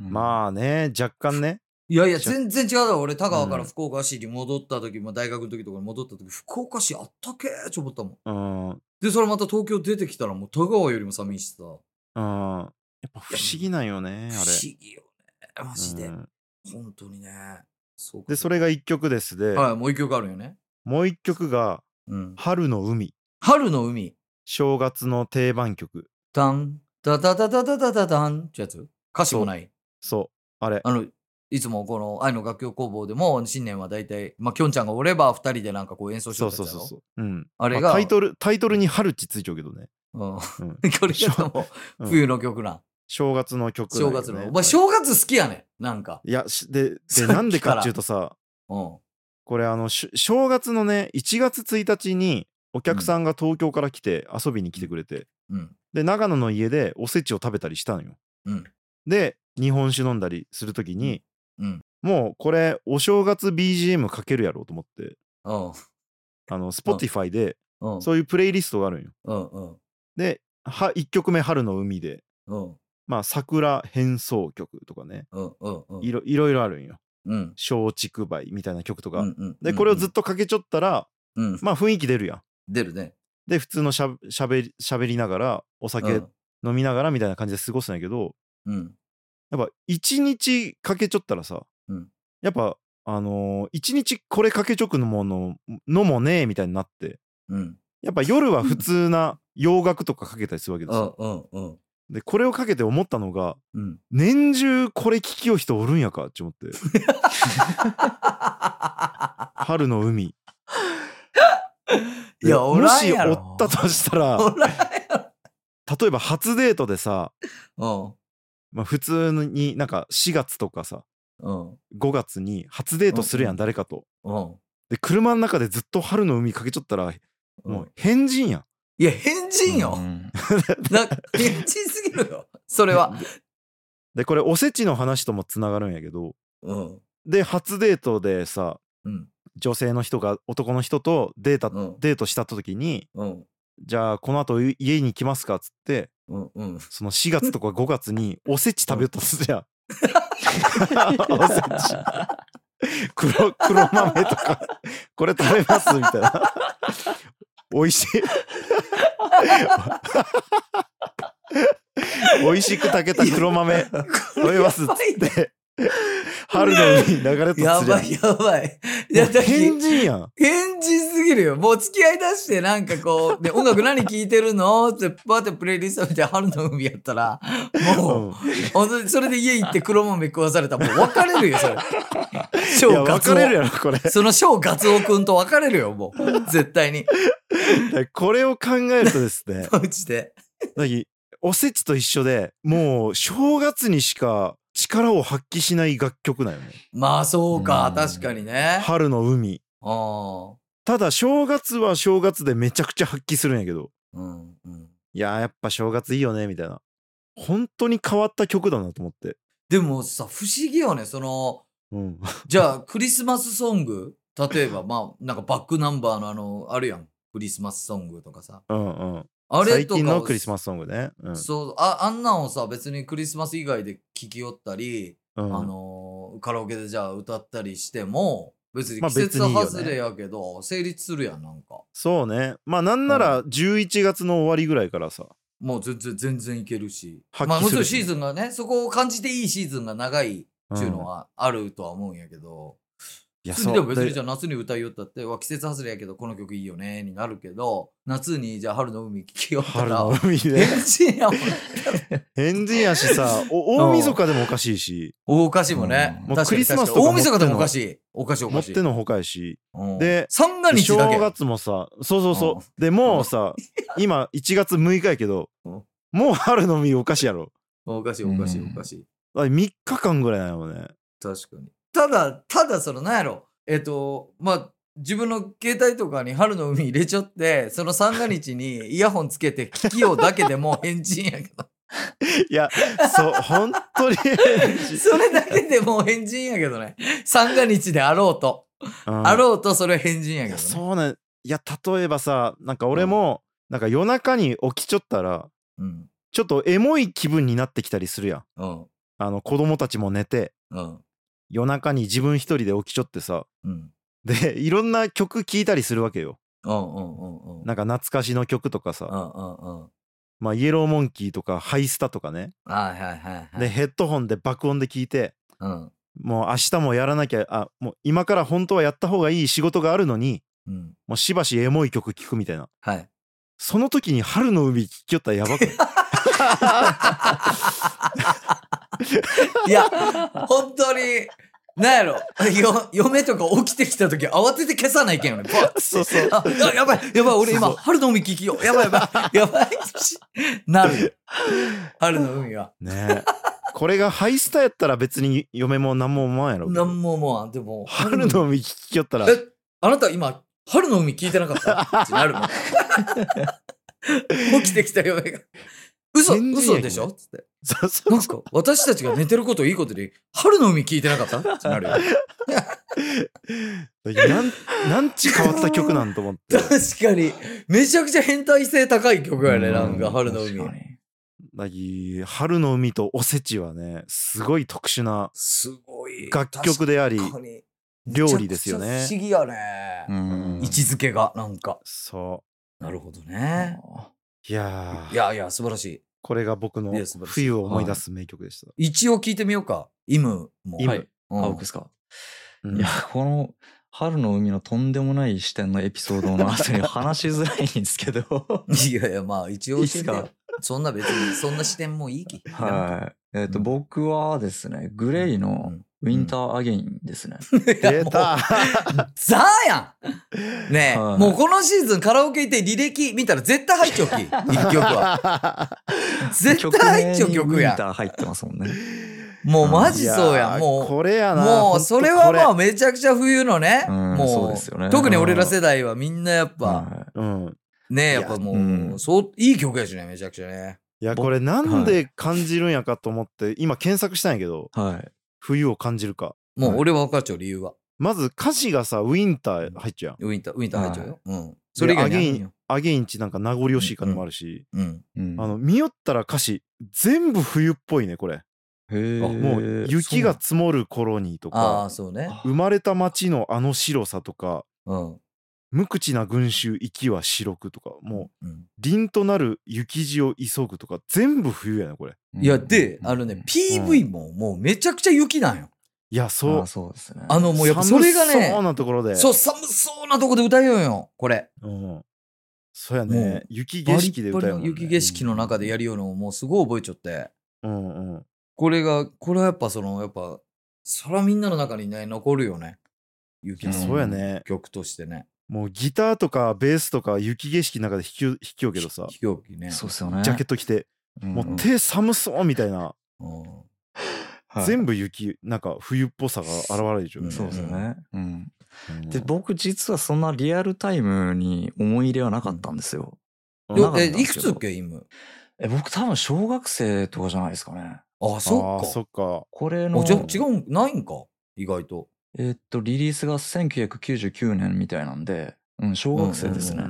[SPEAKER 2] ん。
[SPEAKER 3] あ、
[SPEAKER 1] まあね、若干ね。
[SPEAKER 2] いやいや、
[SPEAKER 1] ちょ
[SPEAKER 2] 全然違うだろ。俺、田川から
[SPEAKER 1] うん
[SPEAKER 2] 福岡市に戻った時も、大学の時とかに戻った時、福岡市あったけーって思ったもん。
[SPEAKER 1] うん。うん。
[SPEAKER 2] で、それまた東京出てきたら、もう田川よりも寒いしさ。不思
[SPEAKER 1] やっぱ不思議なんよね、あれ。
[SPEAKER 2] 議よね。マジで。
[SPEAKER 1] うん
[SPEAKER 2] 本当にね。そうか
[SPEAKER 1] で、それが1曲ですで、
[SPEAKER 2] はい、もう一曲あるよね。
[SPEAKER 1] もう1曲が、
[SPEAKER 2] うん。
[SPEAKER 1] 春の海。
[SPEAKER 2] 春の海。
[SPEAKER 1] 正月の定番曲。
[SPEAKER 2] ダン、ダダダダダダダダンってやつ歌詞もない。
[SPEAKER 1] そう、あれ。
[SPEAKER 2] あの、いつもこの愛の楽曲工房でも、新年は大体、まあ、きょんちゃんがおれば二人でなんかこう演奏し
[SPEAKER 1] そ
[SPEAKER 2] よ
[SPEAKER 1] う
[SPEAKER 2] う
[SPEAKER 1] そ
[SPEAKER 2] と
[SPEAKER 1] う
[SPEAKER 2] した
[SPEAKER 1] そう
[SPEAKER 2] やろ。
[SPEAKER 1] そう。うん。
[SPEAKER 2] あれが
[SPEAKER 1] まタイトル、タイトルに春っちついちゃうけどね。
[SPEAKER 2] うん。
[SPEAKER 1] うん。
[SPEAKER 2] これがもう、
[SPEAKER 1] うん
[SPEAKER 2] 冬の曲なん。
[SPEAKER 1] 正月の曲なんよ
[SPEAKER 2] 正
[SPEAKER 1] ね、
[SPEAKER 2] 月の。お
[SPEAKER 1] は
[SPEAKER 2] 前、
[SPEAKER 1] い
[SPEAKER 2] 正月好きやねん。なんか。
[SPEAKER 1] いや、し で、
[SPEAKER 2] さっ
[SPEAKER 1] で、
[SPEAKER 2] き
[SPEAKER 1] なんでかっていうとさ、
[SPEAKER 2] うん。
[SPEAKER 1] これあの、し正月のね、1月1日にお客さんが東京から来て遊びに来てくれて、
[SPEAKER 2] うん。
[SPEAKER 1] で、長野の家でおせちを食べたりしたのよ。
[SPEAKER 2] うん
[SPEAKER 1] で、日本酒飲んだりするときに、
[SPEAKER 2] うん
[SPEAKER 1] もうこれ、お正月 BGM かけるやろうと思って、
[SPEAKER 2] うん。
[SPEAKER 1] あの、Spotify で、
[SPEAKER 2] うん。
[SPEAKER 1] そういうプレイリストがあるんよ。
[SPEAKER 2] うん。うん。
[SPEAKER 1] で、は1曲目、春の海で、
[SPEAKER 2] うん。
[SPEAKER 1] まあ、桜変奏曲とかね、
[SPEAKER 2] うん。うん。うん。
[SPEAKER 1] いろいろいろあるんよ。
[SPEAKER 2] うん。
[SPEAKER 1] 松竹梅みたいな曲とか。
[SPEAKER 2] うんうん。
[SPEAKER 1] で、これをずっとかけちょったら、
[SPEAKER 2] うん。うん。
[SPEAKER 1] まあ雰囲気出るやん。
[SPEAKER 2] 出るね。
[SPEAKER 1] で、普通のしゃしゃべりしゃべりながら、お酒
[SPEAKER 2] うん。
[SPEAKER 1] 飲みながらみたいな感じで過ごすんやけど、
[SPEAKER 2] うん。
[SPEAKER 1] やっぱ一日かけちょったらさ、
[SPEAKER 2] うん
[SPEAKER 1] やっぱ、あのー一日これかけちょくのもののもねえみたいになって、
[SPEAKER 2] うん。
[SPEAKER 1] やっぱ夜は普通な洋楽とかかけたりするわけです
[SPEAKER 2] う
[SPEAKER 1] よ。
[SPEAKER 2] ん。うん。うん。
[SPEAKER 1] で、これをかけて思ったのが、
[SPEAKER 2] うん。
[SPEAKER 1] 年中これ聴きよう人おるんやかって思って、 春の海。
[SPEAKER 2] いや、お
[SPEAKER 1] も
[SPEAKER 2] らん
[SPEAKER 1] し
[SPEAKER 2] や
[SPEAKER 1] お
[SPEAKER 2] ろ。
[SPEAKER 1] ったとしたら、
[SPEAKER 2] おらんや
[SPEAKER 1] 例えば初デートでさ、
[SPEAKER 2] ろ。
[SPEAKER 1] まあ、普通になんか4月とかさ
[SPEAKER 2] うん。うん。
[SPEAKER 1] 5月に初デートするやん、
[SPEAKER 2] うん
[SPEAKER 1] 誰かと。
[SPEAKER 2] うん。
[SPEAKER 1] で車の中でずっと春の海かけちゃったらも
[SPEAKER 2] うん
[SPEAKER 1] う変人やん。
[SPEAKER 2] いや、変人よ。
[SPEAKER 3] うん
[SPEAKER 2] な変人すぎるよ。そ れは。
[SPEAKER 1] でこれおせちの話ともつながるんやけど
[SPEAKER 2] うん。
[SPEAKER 1] で初デートでさ
[SPEAKER 2] うん。
[SPEAKER 1] 女性の人が男の人とデータ、
[SPEAKER 2] うん
[SPEAKER 1] デートした時に
[SPEAKER 2] うん。
[SPEAKER 1] じゃあこの後い家に来ますかっつって
[SPEAKER 2] うん。うん。
[SPEAKER 1] その4月とか5月におせち食べようとするやん。 おせち黒黒豆とかこれ食べますみたいな。美味しい。美味しく炊けた黒豆食べますっつって春の海に流れとする
[SPEAKER 2] やばい
[SPEAKER 1] や
[SPEAKER 2] やばい。いや、
[SPEAKER 1] ん。
[SPEAKER 2] だって
[SPEAKER 1] 変人やん。
[SPEAKER 2] 変人すぎるよ。もう付き合い出して、なんかこう、で、音楽何聴いてるのって、バーってプレイリスト見て、春の海やったら、もう、本当にそれで家行って黒豆食わされたら、もう別れるよ、それ。
[SPEAKER 1] うん、いや
[SPEAKER 2] 小ガツ
[SPEAKER 1] 別れる
[SPEAKER 2] オ。
[SPEAKER 1] やろこれ。
[SPEAKER 2] その小ガツオくんと別れるよ、もう。絶対に。
[SPEAKER 1] これを考えるとですね
[SPEAKER 2] マジで。
[SPEAKER 1] 何おせちと一緒でもう正月にしか力を発揮しない楽曲なんよね
[SPEAKER 2] まあ、そうか
[SPEAKER 3] う。ん
[SPEAKER 2] 確かにね。
[SPEAKER 1] 春の海
[SPEAKER 2] ああ。
[SPEAKER 1] ただ正月は正月でめちゃくちゃ発揮するんやけど
[SPEAKER 2] うんうん。
[SPEAKER 1] いやーやっぱ正月いいよねみたいな本当に変わった曲だなと思って。
[SPEAKER 2] でもさ、不思議よね。その、
[SPEAKER 1] うん。
[SPEAKER 2] じゃあ、クリスマスソング例え ば、まあ、なんかバックナンバーのあの、あるやん。クリスマスソングとかさ。
[SPEAKER 1] うんうん。
[SPEAKER 2] あれ
[SPEAKER 1] 最
[SPEAKER 2] とかを
[SPEAKER 1] 近のクリスマスソングね。うん。
[SPEAKER 2] そうあ、あんなんをさ、別にクリスマス以外で聴きよったり、
[SPEAKER 1] うん
[SPEAKER 2] あのーカラオケでじゃあ歌ったりしても、別に
[SPEAKER 1] まあ
[SPEAKER 2] 季節
[SPEAKER 1] 別にいいよね
[SPEAKER 2] 外れやけど、成立するやん、なんか。
[SPEAKER 1] そうね。まあなんなら11月の終わりぐらいからさ。
[SPEAKER 2] もう全然、全然いけるし。
[SPEAKER 1] 発揮
[SPEAKER 2] まあ、もちろん
[SPEAKER 1] する
[SPEAKER 2] シ
[SPEAKER 1] し
[SPEAKER 2] ーズンがね、そこを感じていいシーズンが長いっていうの
[SPEAKER 1] うん
[SPEAKER 2] はあるとは思うんやけど。
[SPEAKER 1] いや、
[SPEAKER 2] 普通
[SPEAKER 1] そ
[SPEAKER 2] に
[SPEAKER 1] う。
[SPEAKER 2] でも別にじゃ
[SPEAKER 1] で
[SPEAKER 2] あ夏に歌いよったって、うわ、季節外れやけど、この曲いいよね、になるけど、夏にじゃあ春の海聴きよった
[SPEAKER 1] 春
[SPEAKER 2] ら
[SPEAKER 1] の、海で。
[SPEAKER 2] 変人やもん。
[SPEAKER 1] 変人やしさ、お大晦日でもおかしいし、
[SPEAKER 2] 大菓子もね。
[SPEAKER 3] うん
[SPEAKER 1] もう
[SPEAKER 2] 確かに
[SPEAKER 1] クリスマス
[SPEAKER 2] 確かに大晦
[SPEAKER 1] とか持ってんの
[SPEAKER 2] 日でもおかしい。おかしいお
[SPEAKER 1] 持
[SPEAKER 2] か
[SPEAKER 1] っ
[SPEAKER 2] しい。
[SPEAKER 1] てのほかやし。
[SPEAKER 2] うん
[SPEAKER 1] で
[SPEAKER 2] 三が日
[SPEAKER 1] 正
[SPEAKER 2] だけ。
[SPEAKER 1] 月もさ、そうそう
[SPEAKER 2] う
[SPEAKER 1] そ
[SPEAKER 2] ん
[SPEAKER 1] う。でもうさ、今1月6日やけど、
[SPEAKER 2] うん
[SPEAKER 1] もう春の海おかしいやろ。
[SPEAKER 2] おかしいおかしい
[SPEAKER 3] うん
[SPEAKER 2] おかしい。
[SPEAKER 1] 3日間ぐらいなのね。
[SPEAKER 2] 確かに。ただ、ただその、なんやろ。えっと、まあ、自分の携帯とかに春の海入れちゃって、その三が日に イヤホンつけて聞きようだけでも変人や けど。
[SPEAKER 1] いや、 そう、本当に変人。
[SPEAKER 2] それだけでもう変人やけどね。三が日であろうと。
[SPEAKER 1] うん
[SPEAKER 2] あろうとそれ変人や
[SPEAKER 1] い
[SPEAKER 2] け
[SPEAKER 1] や
[SPEAKER 2] どね。
[SPEAKER 1] そうなんいや例えばさなんか俺も、なんか夜中に起きちょったら
[SPEAKER 2] うん。
[SPEAKER 1] ちょっとエモい気分になってきたりするやん
[SPEAKER 2] うん。
[SPEAKER 1] あの子供たちも寝て
[SPEAKER 2] うん。
[SPEAKER 1] 夜中に自分一人で起きちょってさ
[SPEAKER 2] うん。
[SPEAKER 1] でいろんな曲聴いたりするわけよ
[SPEAKER 2] うんうんうんうん。
[SPEAKER 1] なんか懐かしの曲とかさ、
[SPEAKER 2] うんうんうん。
[SPEAKER 1] まあ、イエローモンキーとかハイスタとかね、
[SPEAKER 2] はいはいはいはい。
[SPEAKER 1] でヘッドホンで爆音で聴いて
[SPEAKER 2] うん。
[SPEAKER 1] もう明日もやらなきゃあもう今から本当はやった方がいい仕事があるのに
[SPEAKER 2] うん。
[SPEAKER 1] もうしばしエモい曲聴くみたいな
[SPEAKER 2] はい。
[SPEAKER 1] その時に春の海聴きよったらやばくない
[SPEAKER 2] いや、本当に、なんやろ、よ、嫁とか起きてきた時慌てて消さないけ んよね。バーって
[SPEAKER 1] そうそう
[SPEAKER 2] あ、ややばい、やばい、俺
[SPEAKER 1] そう
[SPEAKER 2] 今、
[SPEAKER 1] そう
[SPEAKER 2] 春の海聞きよう。やばいやばい、や ばい。なるよ。春の海は。
[SPEAKER 1] ねえこれがハイスタやったら別に嫁も何も思わんやろうけ
[SPEAKER 2] な
[SPEAKER 1] ど
[SPEAKER 2] んももう、でも、
[SPEAKER 1] 春の海聞きよったら
[SPEAKER 2] え、あなた今、春の海聞いてな かったってなるもん。 起きてきた嫁が。嘘、
[SPEAKER 1] 全然や
[SPEAKER 2] 嘘
[SPEAKER 1] けど
[SPEAKER 2] でしょつって。
[SPEAKER 1] そうそう
[SPEAKER 2] なんか、私たちが寝てることをいいことに、春の海聞いてなかったってなるよ。
[SPEAKER 1] なんなんち変わった曲なんと思って
[SPEAKER 2] 確かに。めちゃくちゃ変態性高い曲やね、なん
[SPEAKER 3] う
[SPEAKER 2] か、春の海。
[SPEAKER 3] 確かに
[SPEAKER 1] だき春の海とおせちはねすごい特殊な
[SPEAKER 2] すごい。
[SPEAKER 1] 楽曲であり
[SPEAKER 2] 確かに
[SPEAKER 1] 料理ですよね
[SPEAKER 2] めちゃくちゃ不思議や
[SPEAKER 3] う
[SPEAKER 2] ね。
[SPEAKER 3] ん
[SPEAKER 2] 位置づけが、なんか。
[SPEAKER 1] そ
[SPEAKER 2] なるほどね。
[SPEAKER 1] ういやー
[SPEAKER 2] いやいや、素晴らし
[SPEAKER 1] これが僕の
[SPEAKER 2] いや素晴らしい
[SPEAKER 1] 冬を思い出す名曲でした、
[SPEAKER 2] い。一応聞いてみようか。イムも。
[SPEAKER 1] 今
[SPEAKER 3] はい
[SPEAKER 2] うん
[SPEAKER 3] あ僕ですか、
[SPEAKER 1] うん
[SPEAKER 3] いやこの春の海のとんでもない視点のエピソード の後に話しづらいんですけど
[SPEAKER 2] いやいや、まあ、一応
[SPEAKER 3] いいっ
[SPEAKER 2] して
[SPEAKER 3] す
[SPEAKER 2] みよう
[SPEAKER 3] か
[SPEAKER 2] そんな別に、そんな視点もいいき。
[SPEAKER 3] はいえっ、と、
[SPEAKER 2] うん
[SPEAKER 3] 僕はですねグレイの「ウィンター・アゲイン」ですね、
[SPEAKER 2] いや
[SPEAKER 1] 出た
[SPEAKER 2] ザーやんねえ、
[SPEAKER 3] はい
[SPEAKER 2] もうこのシーズンカラオケ行って履歴見たら絶対入っちゃうき。 一曲は。 絶
[SPEAKER 3] 曲
[SPEAKER 2] 対入っ
[SPEAKER 3] 名に
[SPEAKER 2] ちゃう曲
[SPEAKER 3] ウィ
[SPEAKER 2] や
[SPEAKER 3] ン
[SPEAKER 2] ん。
[SPEAKER 3] ター入ってますもんね
[SPEAKER 2] もうマジそう
[SPEAKER 1] い
[SPEAKER 2] や
[SPEAKER 1] ー
[SPEAKER 2] ん。も
[SPEAKER 1] これや
[SPEAKER 2] う、
[SPEAKER 1] な
[SPEAKER 2] も
[SPEAKER 1] ほ
[SPEAKER 2] うん
[SPEAKER 1] と
[SPEAKER 2] それはまあ
[SPEAKER 1] こ
[SPEAKER 2] めちゃくちゃ冬のね。
[SPEAKER 3] うんそう
[SPEAKER 2] も
[SPEAKER 3] ですよね
[SPEAKER 2] 特に俺ら世代はみんなやっぱ、
[SPEAKER 3] はい
[SPEAKER 1] れうん
[SPEAKER 2] ねえ、やっぱも
[SPEAKER 3] いやう
[SPEAKER 2] う、
[SPEAKER 3] ん
[SPEAKER 2] そう、いい曲やしね、めちゃくちゃね。
[SPEAKER 1] いや
[SPEAKER 3] 僕
[SPEAKER 1] これなんで感じるんやかと思って今検索したんやけど
[SPEAKER 3] はい
[SPEAKER 1] 冬を感じるか
[SPEAKER 2] もう
[SPEAKER 3] はい
[SPEAKER 2] 俺は分かっちゃう理由は。
[SPEAKER 1] まず歌詞がさ、ウィンター入っちゃうやん。
[SPEAKER 2] ウィンター、ウィンター入っちゃうよ。うん。それ以外にあるんよ。
[SPEAKER 1] アゲインチなんか名残惜しい感じもあるし、
[SPEAKER 2] うん。
[SPEAKER 3] うん
[SPEAKER 1] あの、見よったら歌詞、全部冬っぽいね、これ。
[SPEAKER 3] へえ
[SPEAKER 2] あ
[SPEAKER 1] もう雪が積もる頃にと
[SPEAKER 2] ああ、
[SPEAKER 1] か、
[SPEAKER 2] そうね。
[SPEAKER 1] 生まれた街のあの白さとか、
[SPEAKER 2] うん。
[SPEAKER 1] 無口な群衆息は白くとか、も
[SPEAKER 2] うん
[SPEAKER 1] う凛となる雪地を急ぐとか、全部冬やね、これ。
[SPEAKER 2] いや、で、あの
[SPEAKER 3] う
[SPEAKER 2] ね
[SPEAKER 3] ん、
[SPEAKER 2] PV ももうめちゃくちゃ雪なんよ。
[SPEAKER 1] いや、そう
[SPEAKER 3] あ。そうですね
[SPEAKER 2] あの、もうやっぱそれが
[SPEAKER 1] 寒そう
[SPEAKER 2] ね、
[SPEAKER 1] なところで。
[SPEAKER 2] そう、寒そうなとこで歌えよんよ、これ。
[SPEAKER 1] うん。そうや
[SPEAKER 2] もう
[SPEAKER 1] ね。雪景色で歌えるもん、ね。
[SPEAKER 2] バリッバリの雪景色の中でやるようなのをもうすごい覚えちゃって。
[SPEAKER 1] うんうん。
[SPEAKER 2] これが、これはやっぱその、やっぱ、そらみんなの中にね、残るよね。雪
[SPEAKER 1] いや、
[SPEAKER 2] の
[SPEAKER 1] そうやね。
[SPEAKER 2] 曲としてね。
[SPEAKER 1] もうギターとかベースとか雪景色の中で弾きよ弾きようけどさ
[SPEAKER 2] 飛行機ね。
[SPEAKER 3] そうですよね
[SPEAKER 1] ジャケット着ても
[SPEAKER 3] ん
[SPEAKER 1] う手寒そうみたいな、
[SPEAKER 2] うん
[SPEAKER 3] はい
[SPEAKER 1] 全部雪なんか冬っぽさが現れるでしょ、
[SPEAKER 2] うん
[SPEAKER 3] そうですよねうん
[SPEAKER 1] うん
[SPEAKER 3] で僕実はそんなリアルタイムに思い入れはなかったんですよ。
[SPEAKER 1] うん
[SPEAKER 2] で
[SPEAKER 3] なかったん
[SPEAKER 2] え、
[SPEAKER 3] で
[SPEAKER 2] いく
[SPEAKER 3] すけ
[SPEAKER 2] つ
[SPEAKER 3] ど
[SPEAKER 2] っけ、今。
[SPEAKER 3] え、僕多分小学生とかじゃないですかね。
[SPEAKER 2] あ、
[SPEAKER 1] あ
[SPEAKER 2] そ
[SPEAKER 1] ー
[SPEAKER 2] っか。
[SPEAKER 1] そっか。
[SPEAKER 3] これ
[SPEAKER 2] あ
[SPEAKER 3] の、
[SPEAKER 2] じゃあ違うん、ないんか意外と。
[SPEAKER 3] えっと、リリースが1999年みたいなんで、うん、小学生ですね。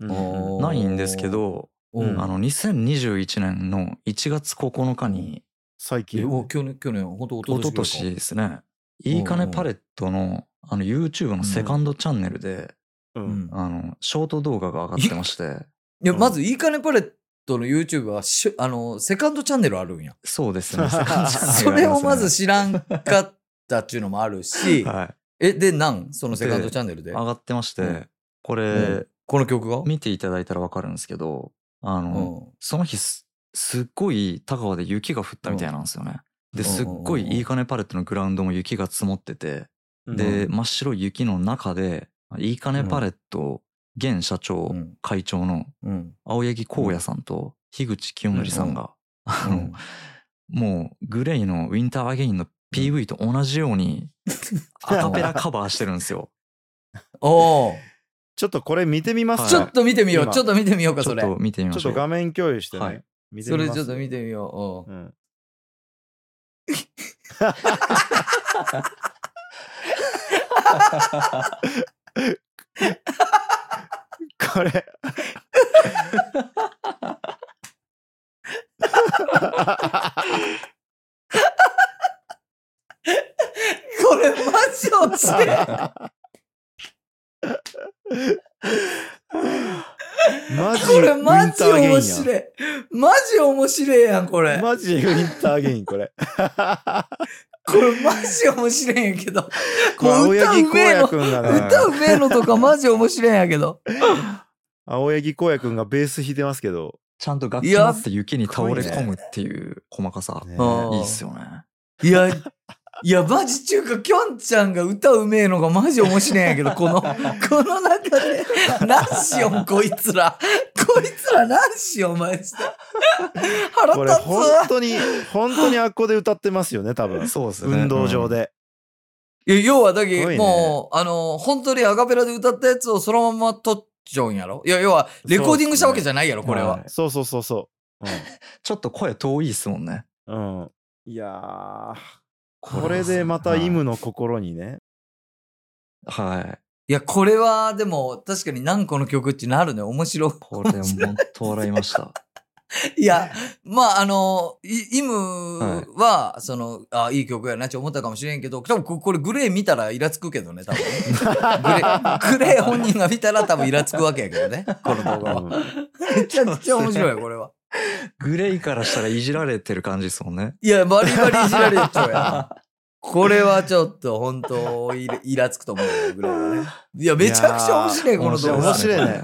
[SPEAKER 1] うん。
[SPEAKER 2] おー
[SPEAKER 3] ないんですけど、
[SPEAKER 2] う
[SPEAKER 1] うん
[SPEAKER 2] ん。
[SPEAKER 3] あの、2021年の1月9日に、
[SPEAKER 1] 最
[SPEAKER 2] え
[SPEAKER 1] 近。
[SPEAKER 2] お去年、去年、本当
[SPEAKER 3] 一
[SPEAKER 2] 一
[SPEAKER 3] 昨
[SPEAKER 2] 昨
[SPEAKER 3] 年
[SPEAKER 2] 年
[SPEAKER 3] ですね、いいかねパレットの、あの、YouTube のセカンドチャンネルで、
[SPEAKER 1] う。
[SPEAKER 2] ぐらいか。うんん。
[SPEAKER 3] あの、ショート動画が上がってまして、
[SPEAKER 2] いや、まず、いいかねパレットの YouTube はしゅ、あの、セカンドチャンネルあるんや。
[SPEAKER 3] そうです ね、セカンドチャンネル
[SPEAKER 2] それをまず
[SPEAKER 3] し
[SPEAKER 2] 知らんかったっていうのもあるし、
[SPEAKER 3] はい、
[SPEAKER 2] え、で、なんそのセカンドチャンネルで。
[SPEAKER 3] 上がってまして、
[SPEAKER 2] うん
[SPEAKER 3] これ、
[SPEAKER 2] うんこの曲が
[SPEAKER 3] 見ていただいたらわかるんですけど、あ
[SPEAKER 2] う
[SPEAKER 3] の、
[SPEAKER 2] ん。
[SPEAKER 3] その日す、すっごい高尾で雪が降ったみたいなんですよね。で、すっご
[SPEAKER 2] うん
[SPEAKER 3] い
[SPEAKER 2] うんうん
[SPEAKER 3] いいかねパレットのグラウンドも雪が積もってて、
[SPEAKER 1] うん
[SPEAKER 3] で、真っ白い雪の中で、いいかねパレット、現社長、
[SPEAKER 2] うん
[SPEAKER 3] 会長の
[SPEAKER 2] うん。
[SPEAKER 3] 青柳光也さんと樋口清則さんが、あ
[SPEAKER 2] う
[SPEAKER 3] の、
[SPEAKER 2] ん
[SPEAKER 3] もうグレイのウィンターアゲインの PV と同じように、 アカペラカバーしてるんですよ。
[SPEAKER 2] おー
[SPEAKER 1] ちょっとこれ見てみます
[SPEAKER 3] は
[SPEAKER 1] か
[SPEAKER 2] ちょ
[SPEAKER 3] い
[SPEAKER 2] っと見てみよう。
[SPEAKER 1] 今
[SPEAKER 2] ちょっと見てみようか、
[SPEAKER 3] ちょ
[SPEAKER 2] そ
[SPEAKER 3] っ
[SPEAKER 2] れ。
[SPEAKER 3] と見てみま
[SPEAKER 1] ち
[SPEAKER 3] し
[SPEAKER 1] ょ
[SPEAKER 3] ょ
[SPEAKER 1] っと画
[SPEAKER 3] う。
[SPEAKER 1] 面共有してね。
[SPEAKER 3] はい
[SPEAKER 1] 見て
[SPEAKER 2] そ
[SPEAKER 1] みます
[SPEAKER 2] れちょっと見てみよう。
[SPEAKER 1] う
[SPEAKER 2] うん
[SPEAKER 1] ん。 これ。
[SPEAKER 2] これ、マジ落ちてる。
[SPEAKER 1] マジ
[SPEAKER 2] これ、マジ
[SPEAKER 1] ウィンターゲインや
[SPEAKER 2] 面白い。マジ面白いやん、こ れ。
[SPEAKER 1] マジウィンターゲイン、これ。
[SPEAKER 2] これ、マジ面白いんやけど。
[SPEAKER 1] まあ
[SPEAKER 2] もう
[SPEAKER 1] 青
[SPEAKER 2] 歌
[SPEAKER 1] 柳
[SPEAKER 2] うめえ
[SPEAKER 1] 光也
[SPEAKER 2] の。
[SPEAKER 1] くんがね、
[SPEAKER 2] 歌うめえのとか、マジ面白いんやけど。
[SPEAKER 1] 青柳光也くんがベース弾いてますけど、
[SPEAKER 3] ちゃんと楽器持って雪に倒れ込むっていう細かさ。
[SPEAKER 1] ね
[SPEAKER 2] うん
[SPEAKER 3] いいっすよね。
[SPEAKER 2] いや、いや、マジ中華、きょんちゃんが歌うめえのがマジ面白いんやけど、この、この中で、何しよん、こいつら。こいつら何しよん、マジで。
[SPEAKER 1] これ
[SPEAKER 2] 腹立
[SPEAKER 1] 本当に、本当にあっこで歌ってますよね、多分。
[SPEAKER 3] そうですね。
[SPEAKER 1] 運動場
[SPEAKER 3] で。
[SPEAKER 1] で。
[SPEAKER 2] つ。いや、要は、だ
[SPEAKER 1] す
[SPEAKER 2] け、
[SPEAKER 1] ごいね
[SPEAKER 2] もう、あの、本当にアカペラで歌ったやつをそのまま撮っちゃうんやろいや、要は、レコーディングしたわけじゃないやろ、これは。
[SPEAKER 3] はい
[SPEAKER 1] そうそうそうそう。
[SPEAKER 3] ちょっと声遠いっすもんね。
[SPEAKER 1] うん。うん。いやー、
[SPEAKER 3] は
[SPEAKER 1] これでまた
[SPEAKER 3] はい
[SPEAKER 1] イムの心にね。
[SPEAKER 3] は
[SPEAKER 2] い
[SPEAKER 3] い。
[SPEAKER 2] や、これは、でも、確かに何個の曲ってなるね。面白い。
[SPEAKER 3] これ、もっと笑いました。
[SPEAKER 2] いや、まあ、あの、いイム
[SPEAKER 3] は
[SPEAKER 2] は、その、あ、いい曲やなって思ったかもしれんけど、多分ここれグレー見たらイラつくけどね、多分ね。グレー、グレー本人が見たら多分イラつくわけやけどね、この動画
[SPEAKER 1] う
[SPEAKER 2] は。
[SPEAKER 1] ん
[SPEAKER 2] めちゃくちゃ面白いよ、これは。
[SPEAKER 3] グレイからしたらいじられてる感じですもんね。
[SPEAKER 2] いや、バリバリいじられちゃうやな。これはちょっと本当イライラつくと思うよ、グレーはね。いや、めちゃくちゃ面白い、この動画。
[SPEAKER 1] 面白いね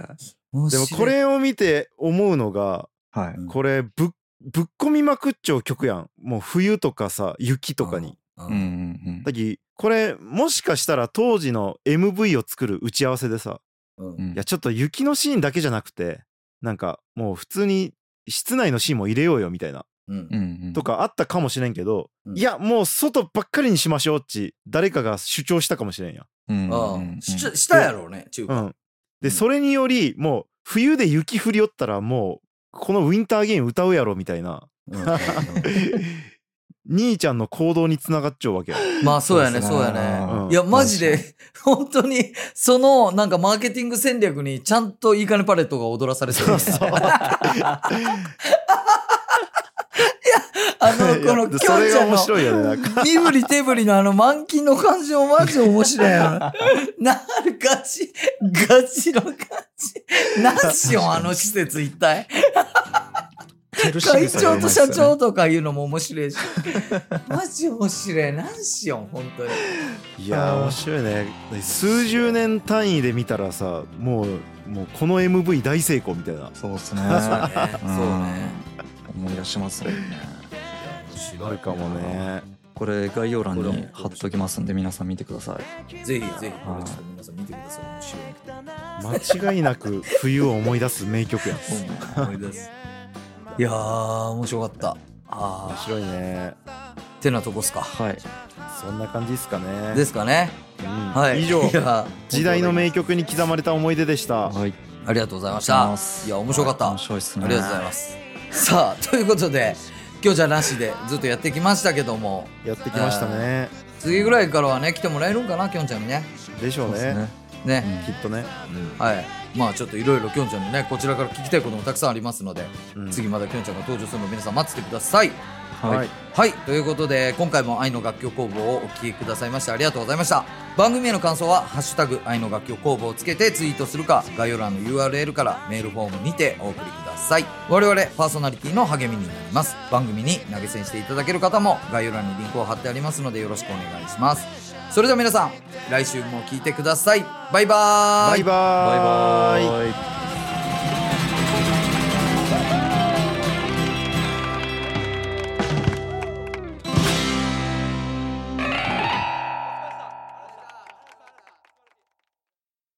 [SPEAKER 2] 面
[SPEAKER 1] で
[SPEAKER 2] 白
[SPEAKER 1] も
[SPEAKER 2] い
[SPEAKER 1] こ、れを見て思うのが、
[SPEAKER 3] これはい。
[SPEAKER 1] これぶっぶっ込みまくっちゃう曲やんもう冬とかさ雪とかに
[SPEAKER 2] う
[SPEAKER 3] うんん
[SPEAKER 1] だきこれもしかしたら当時の MV を作る打ち合わせでさ
[SPEAKER 2] うん
[SPEAKER 3] うんうん。
[SPEAKER 1] いやちょっと雪のシーンだけじゃなくてなんかもう普通に室内のシーンも入れようよみたいな
[SPEAKER 2] うん
[SPEAKER 3] うんうん
[SPEAKER 1] とかあったかもしれんけど、
[SPEAKER 2] うん
[SPEAKER 1] いやもう外ばっかりにしましょうっち誰かが主張したかもしれんや
[SPEAKER 3] うんうん
[SPEAKER 2] あ
[SPEAKER 3] うん
[SPEAKER 2] あししたやろうね、中
[SPEAKER 1] う
[SPEAKER 2] 華。
[SPEAKER 1] んで、
[SPEAKER 2] うん
[SPEAKER 1] それによりもう冬で雪降りよったらもうこのウィンターゲイン歌うやろみたい な
[SPEAKER 2] うんうんうん
[SPEAKER 1] 兄ちゃんの行動につながっちゃうわけよ
[SPEAKER 2] まあそうやね、
[SPEAKER 3] そ
[SPEAKER 2] そうう
[SPEAKER 3] で
[SPEAKER 2] や
[SPEAKER 3] すね
[SPEAKER 2] ね。
[SPEAKER 1] うん
[SPEAKER 2] いや、マジで、 本当に、その、なんかマーケティング戦略に、ちゃんといいかねパレットが踊らされてる、ね。
[SPEAKER 1] そう
[SPEAKER 2] あ の、
[SPEAKER 1] いや
[SPEAKER 2] この、きょ
[SPEAKER 1] そ
[SPEAKER 2] ん
[SPEAKER 1] れ
[SPEAKER 2] ち
[SPEAKER 1] が
[SPEAKER 2] ゃん
[SPEAKER 1] 面
[SPEAKER 2] の、
[SPEAKER 1] 白いよねなんか
[SPEAKER 2] 身振り手振りのあの満金の感じもマジ面白いよ な。なるガチ、ガチの感じ。なんしよう、あの施設一体。
[SPEAKER 3] 照る仕
[SPEAKER 2] 会
[SPEAKER 3] 草が
[SPEAKER 2] 長
[SPEAKER 3] うまい
[SPEAKER 2] と
[SPEAKER 3] っすよ
[SPEAKER 2] 社
[SPEAKER 3] ね
[SPEAKER 2] 長とかいうのも面白いし。マジ面白い。なんしよう、本当に。
[SPEAKER 1] いやー面白いね数十年単位で見たらさもうもうこの MV 大成功みたいな
[SPEAKER 3] そうですね。
[SPEAKER 2] そうね。そうね。
[SPEAKER 3] うん。思い出しますね。
[SPEAKER 1] あるかもね
[SPEAKER 3] これ概要欄に貼っときますんで皆さん見てください。
[SPEAKER 2] ぜひぜひ、これちょっと皆さん見てください。面白い。
[SPEAKER 1] 間違いなく冬を思い出す名曲やん面
[SPEAKER 2] 思い出す。いやー、面白かった。あ
[SPEAKER 1] 白いね
[SPEAKER 2] ー、てなとこっすか。
[SPEAKER 3] はい。
[SPEAKER 1] そんな感じですかね
[SPEAKER 2] ですかね。
[SPEAKER 1] うん
[SPEAKER 2] はい。
[SPEAKER 1] 以上
[SPEAKER 2] いや
[SPEAKER 1] 時代の名曲に刻まれた思い出でした
[SPEAKER 3] はい。
[SPEAKER 2] ありがとうございまし
[SPEAKER 3] ありが
[SPEAKER 2] た
[SPEAKER 3] とうございま。す
[SPEAKER 2] いや、面白かった。
[SPEAKER 3] 面
[SPEAKER 2] あ
[SPEAKER 3] 白いっす
[SPEAKER 2] り
[SPEAKER 3] ね。
[SPEAKER 2] がとうございます。さあということで今日じゃなしでずっとやってきましたけども
[SPEAKER 4] やってきましたね
[SPEAKER 2] 次ぐらいからはね来てもらえるんかなきょんちゃんにね
[SPEAKER 4] でしょう
[SPEAKER 3] です
[SPEAKER 4] ね
[SPEAKER 3] ね。
[SPEAKER 2] ね、
[SPEAKER 4] きっとね、
[SPEAKER 2] はいまあちょっといろいろきょんちゃんにねこちらから聞きたいこともたくさんありますので、
[SPEAKER 4] うん
[SPEAKER 2] 次またきょんちゃんが登場するのを皆さん待っててください
[SPEAKER 3] はい。
[SPEAKER 4] はい
[SPEAKER 2] はいということで今回も愛の楽曲工房をお聴きくださいましてありがとうございました番組への感想は「ハッシュタグ愛の楽曲工房」をつけてツイートするか概要欄の URL からメールフォームにてお送りください我々パーソナリティの励みになります番組に投げ銭していただける方も概要欄にリンクを貼ってありますのでよろしくお願いしますそれでは皆さん来週も聴いてくださいバイバー
[SPEAKER 4] バイ
[SPEAKER 2] イ
[SPEAKER 4] バーイ
[SPEAKER 3] バイバーイ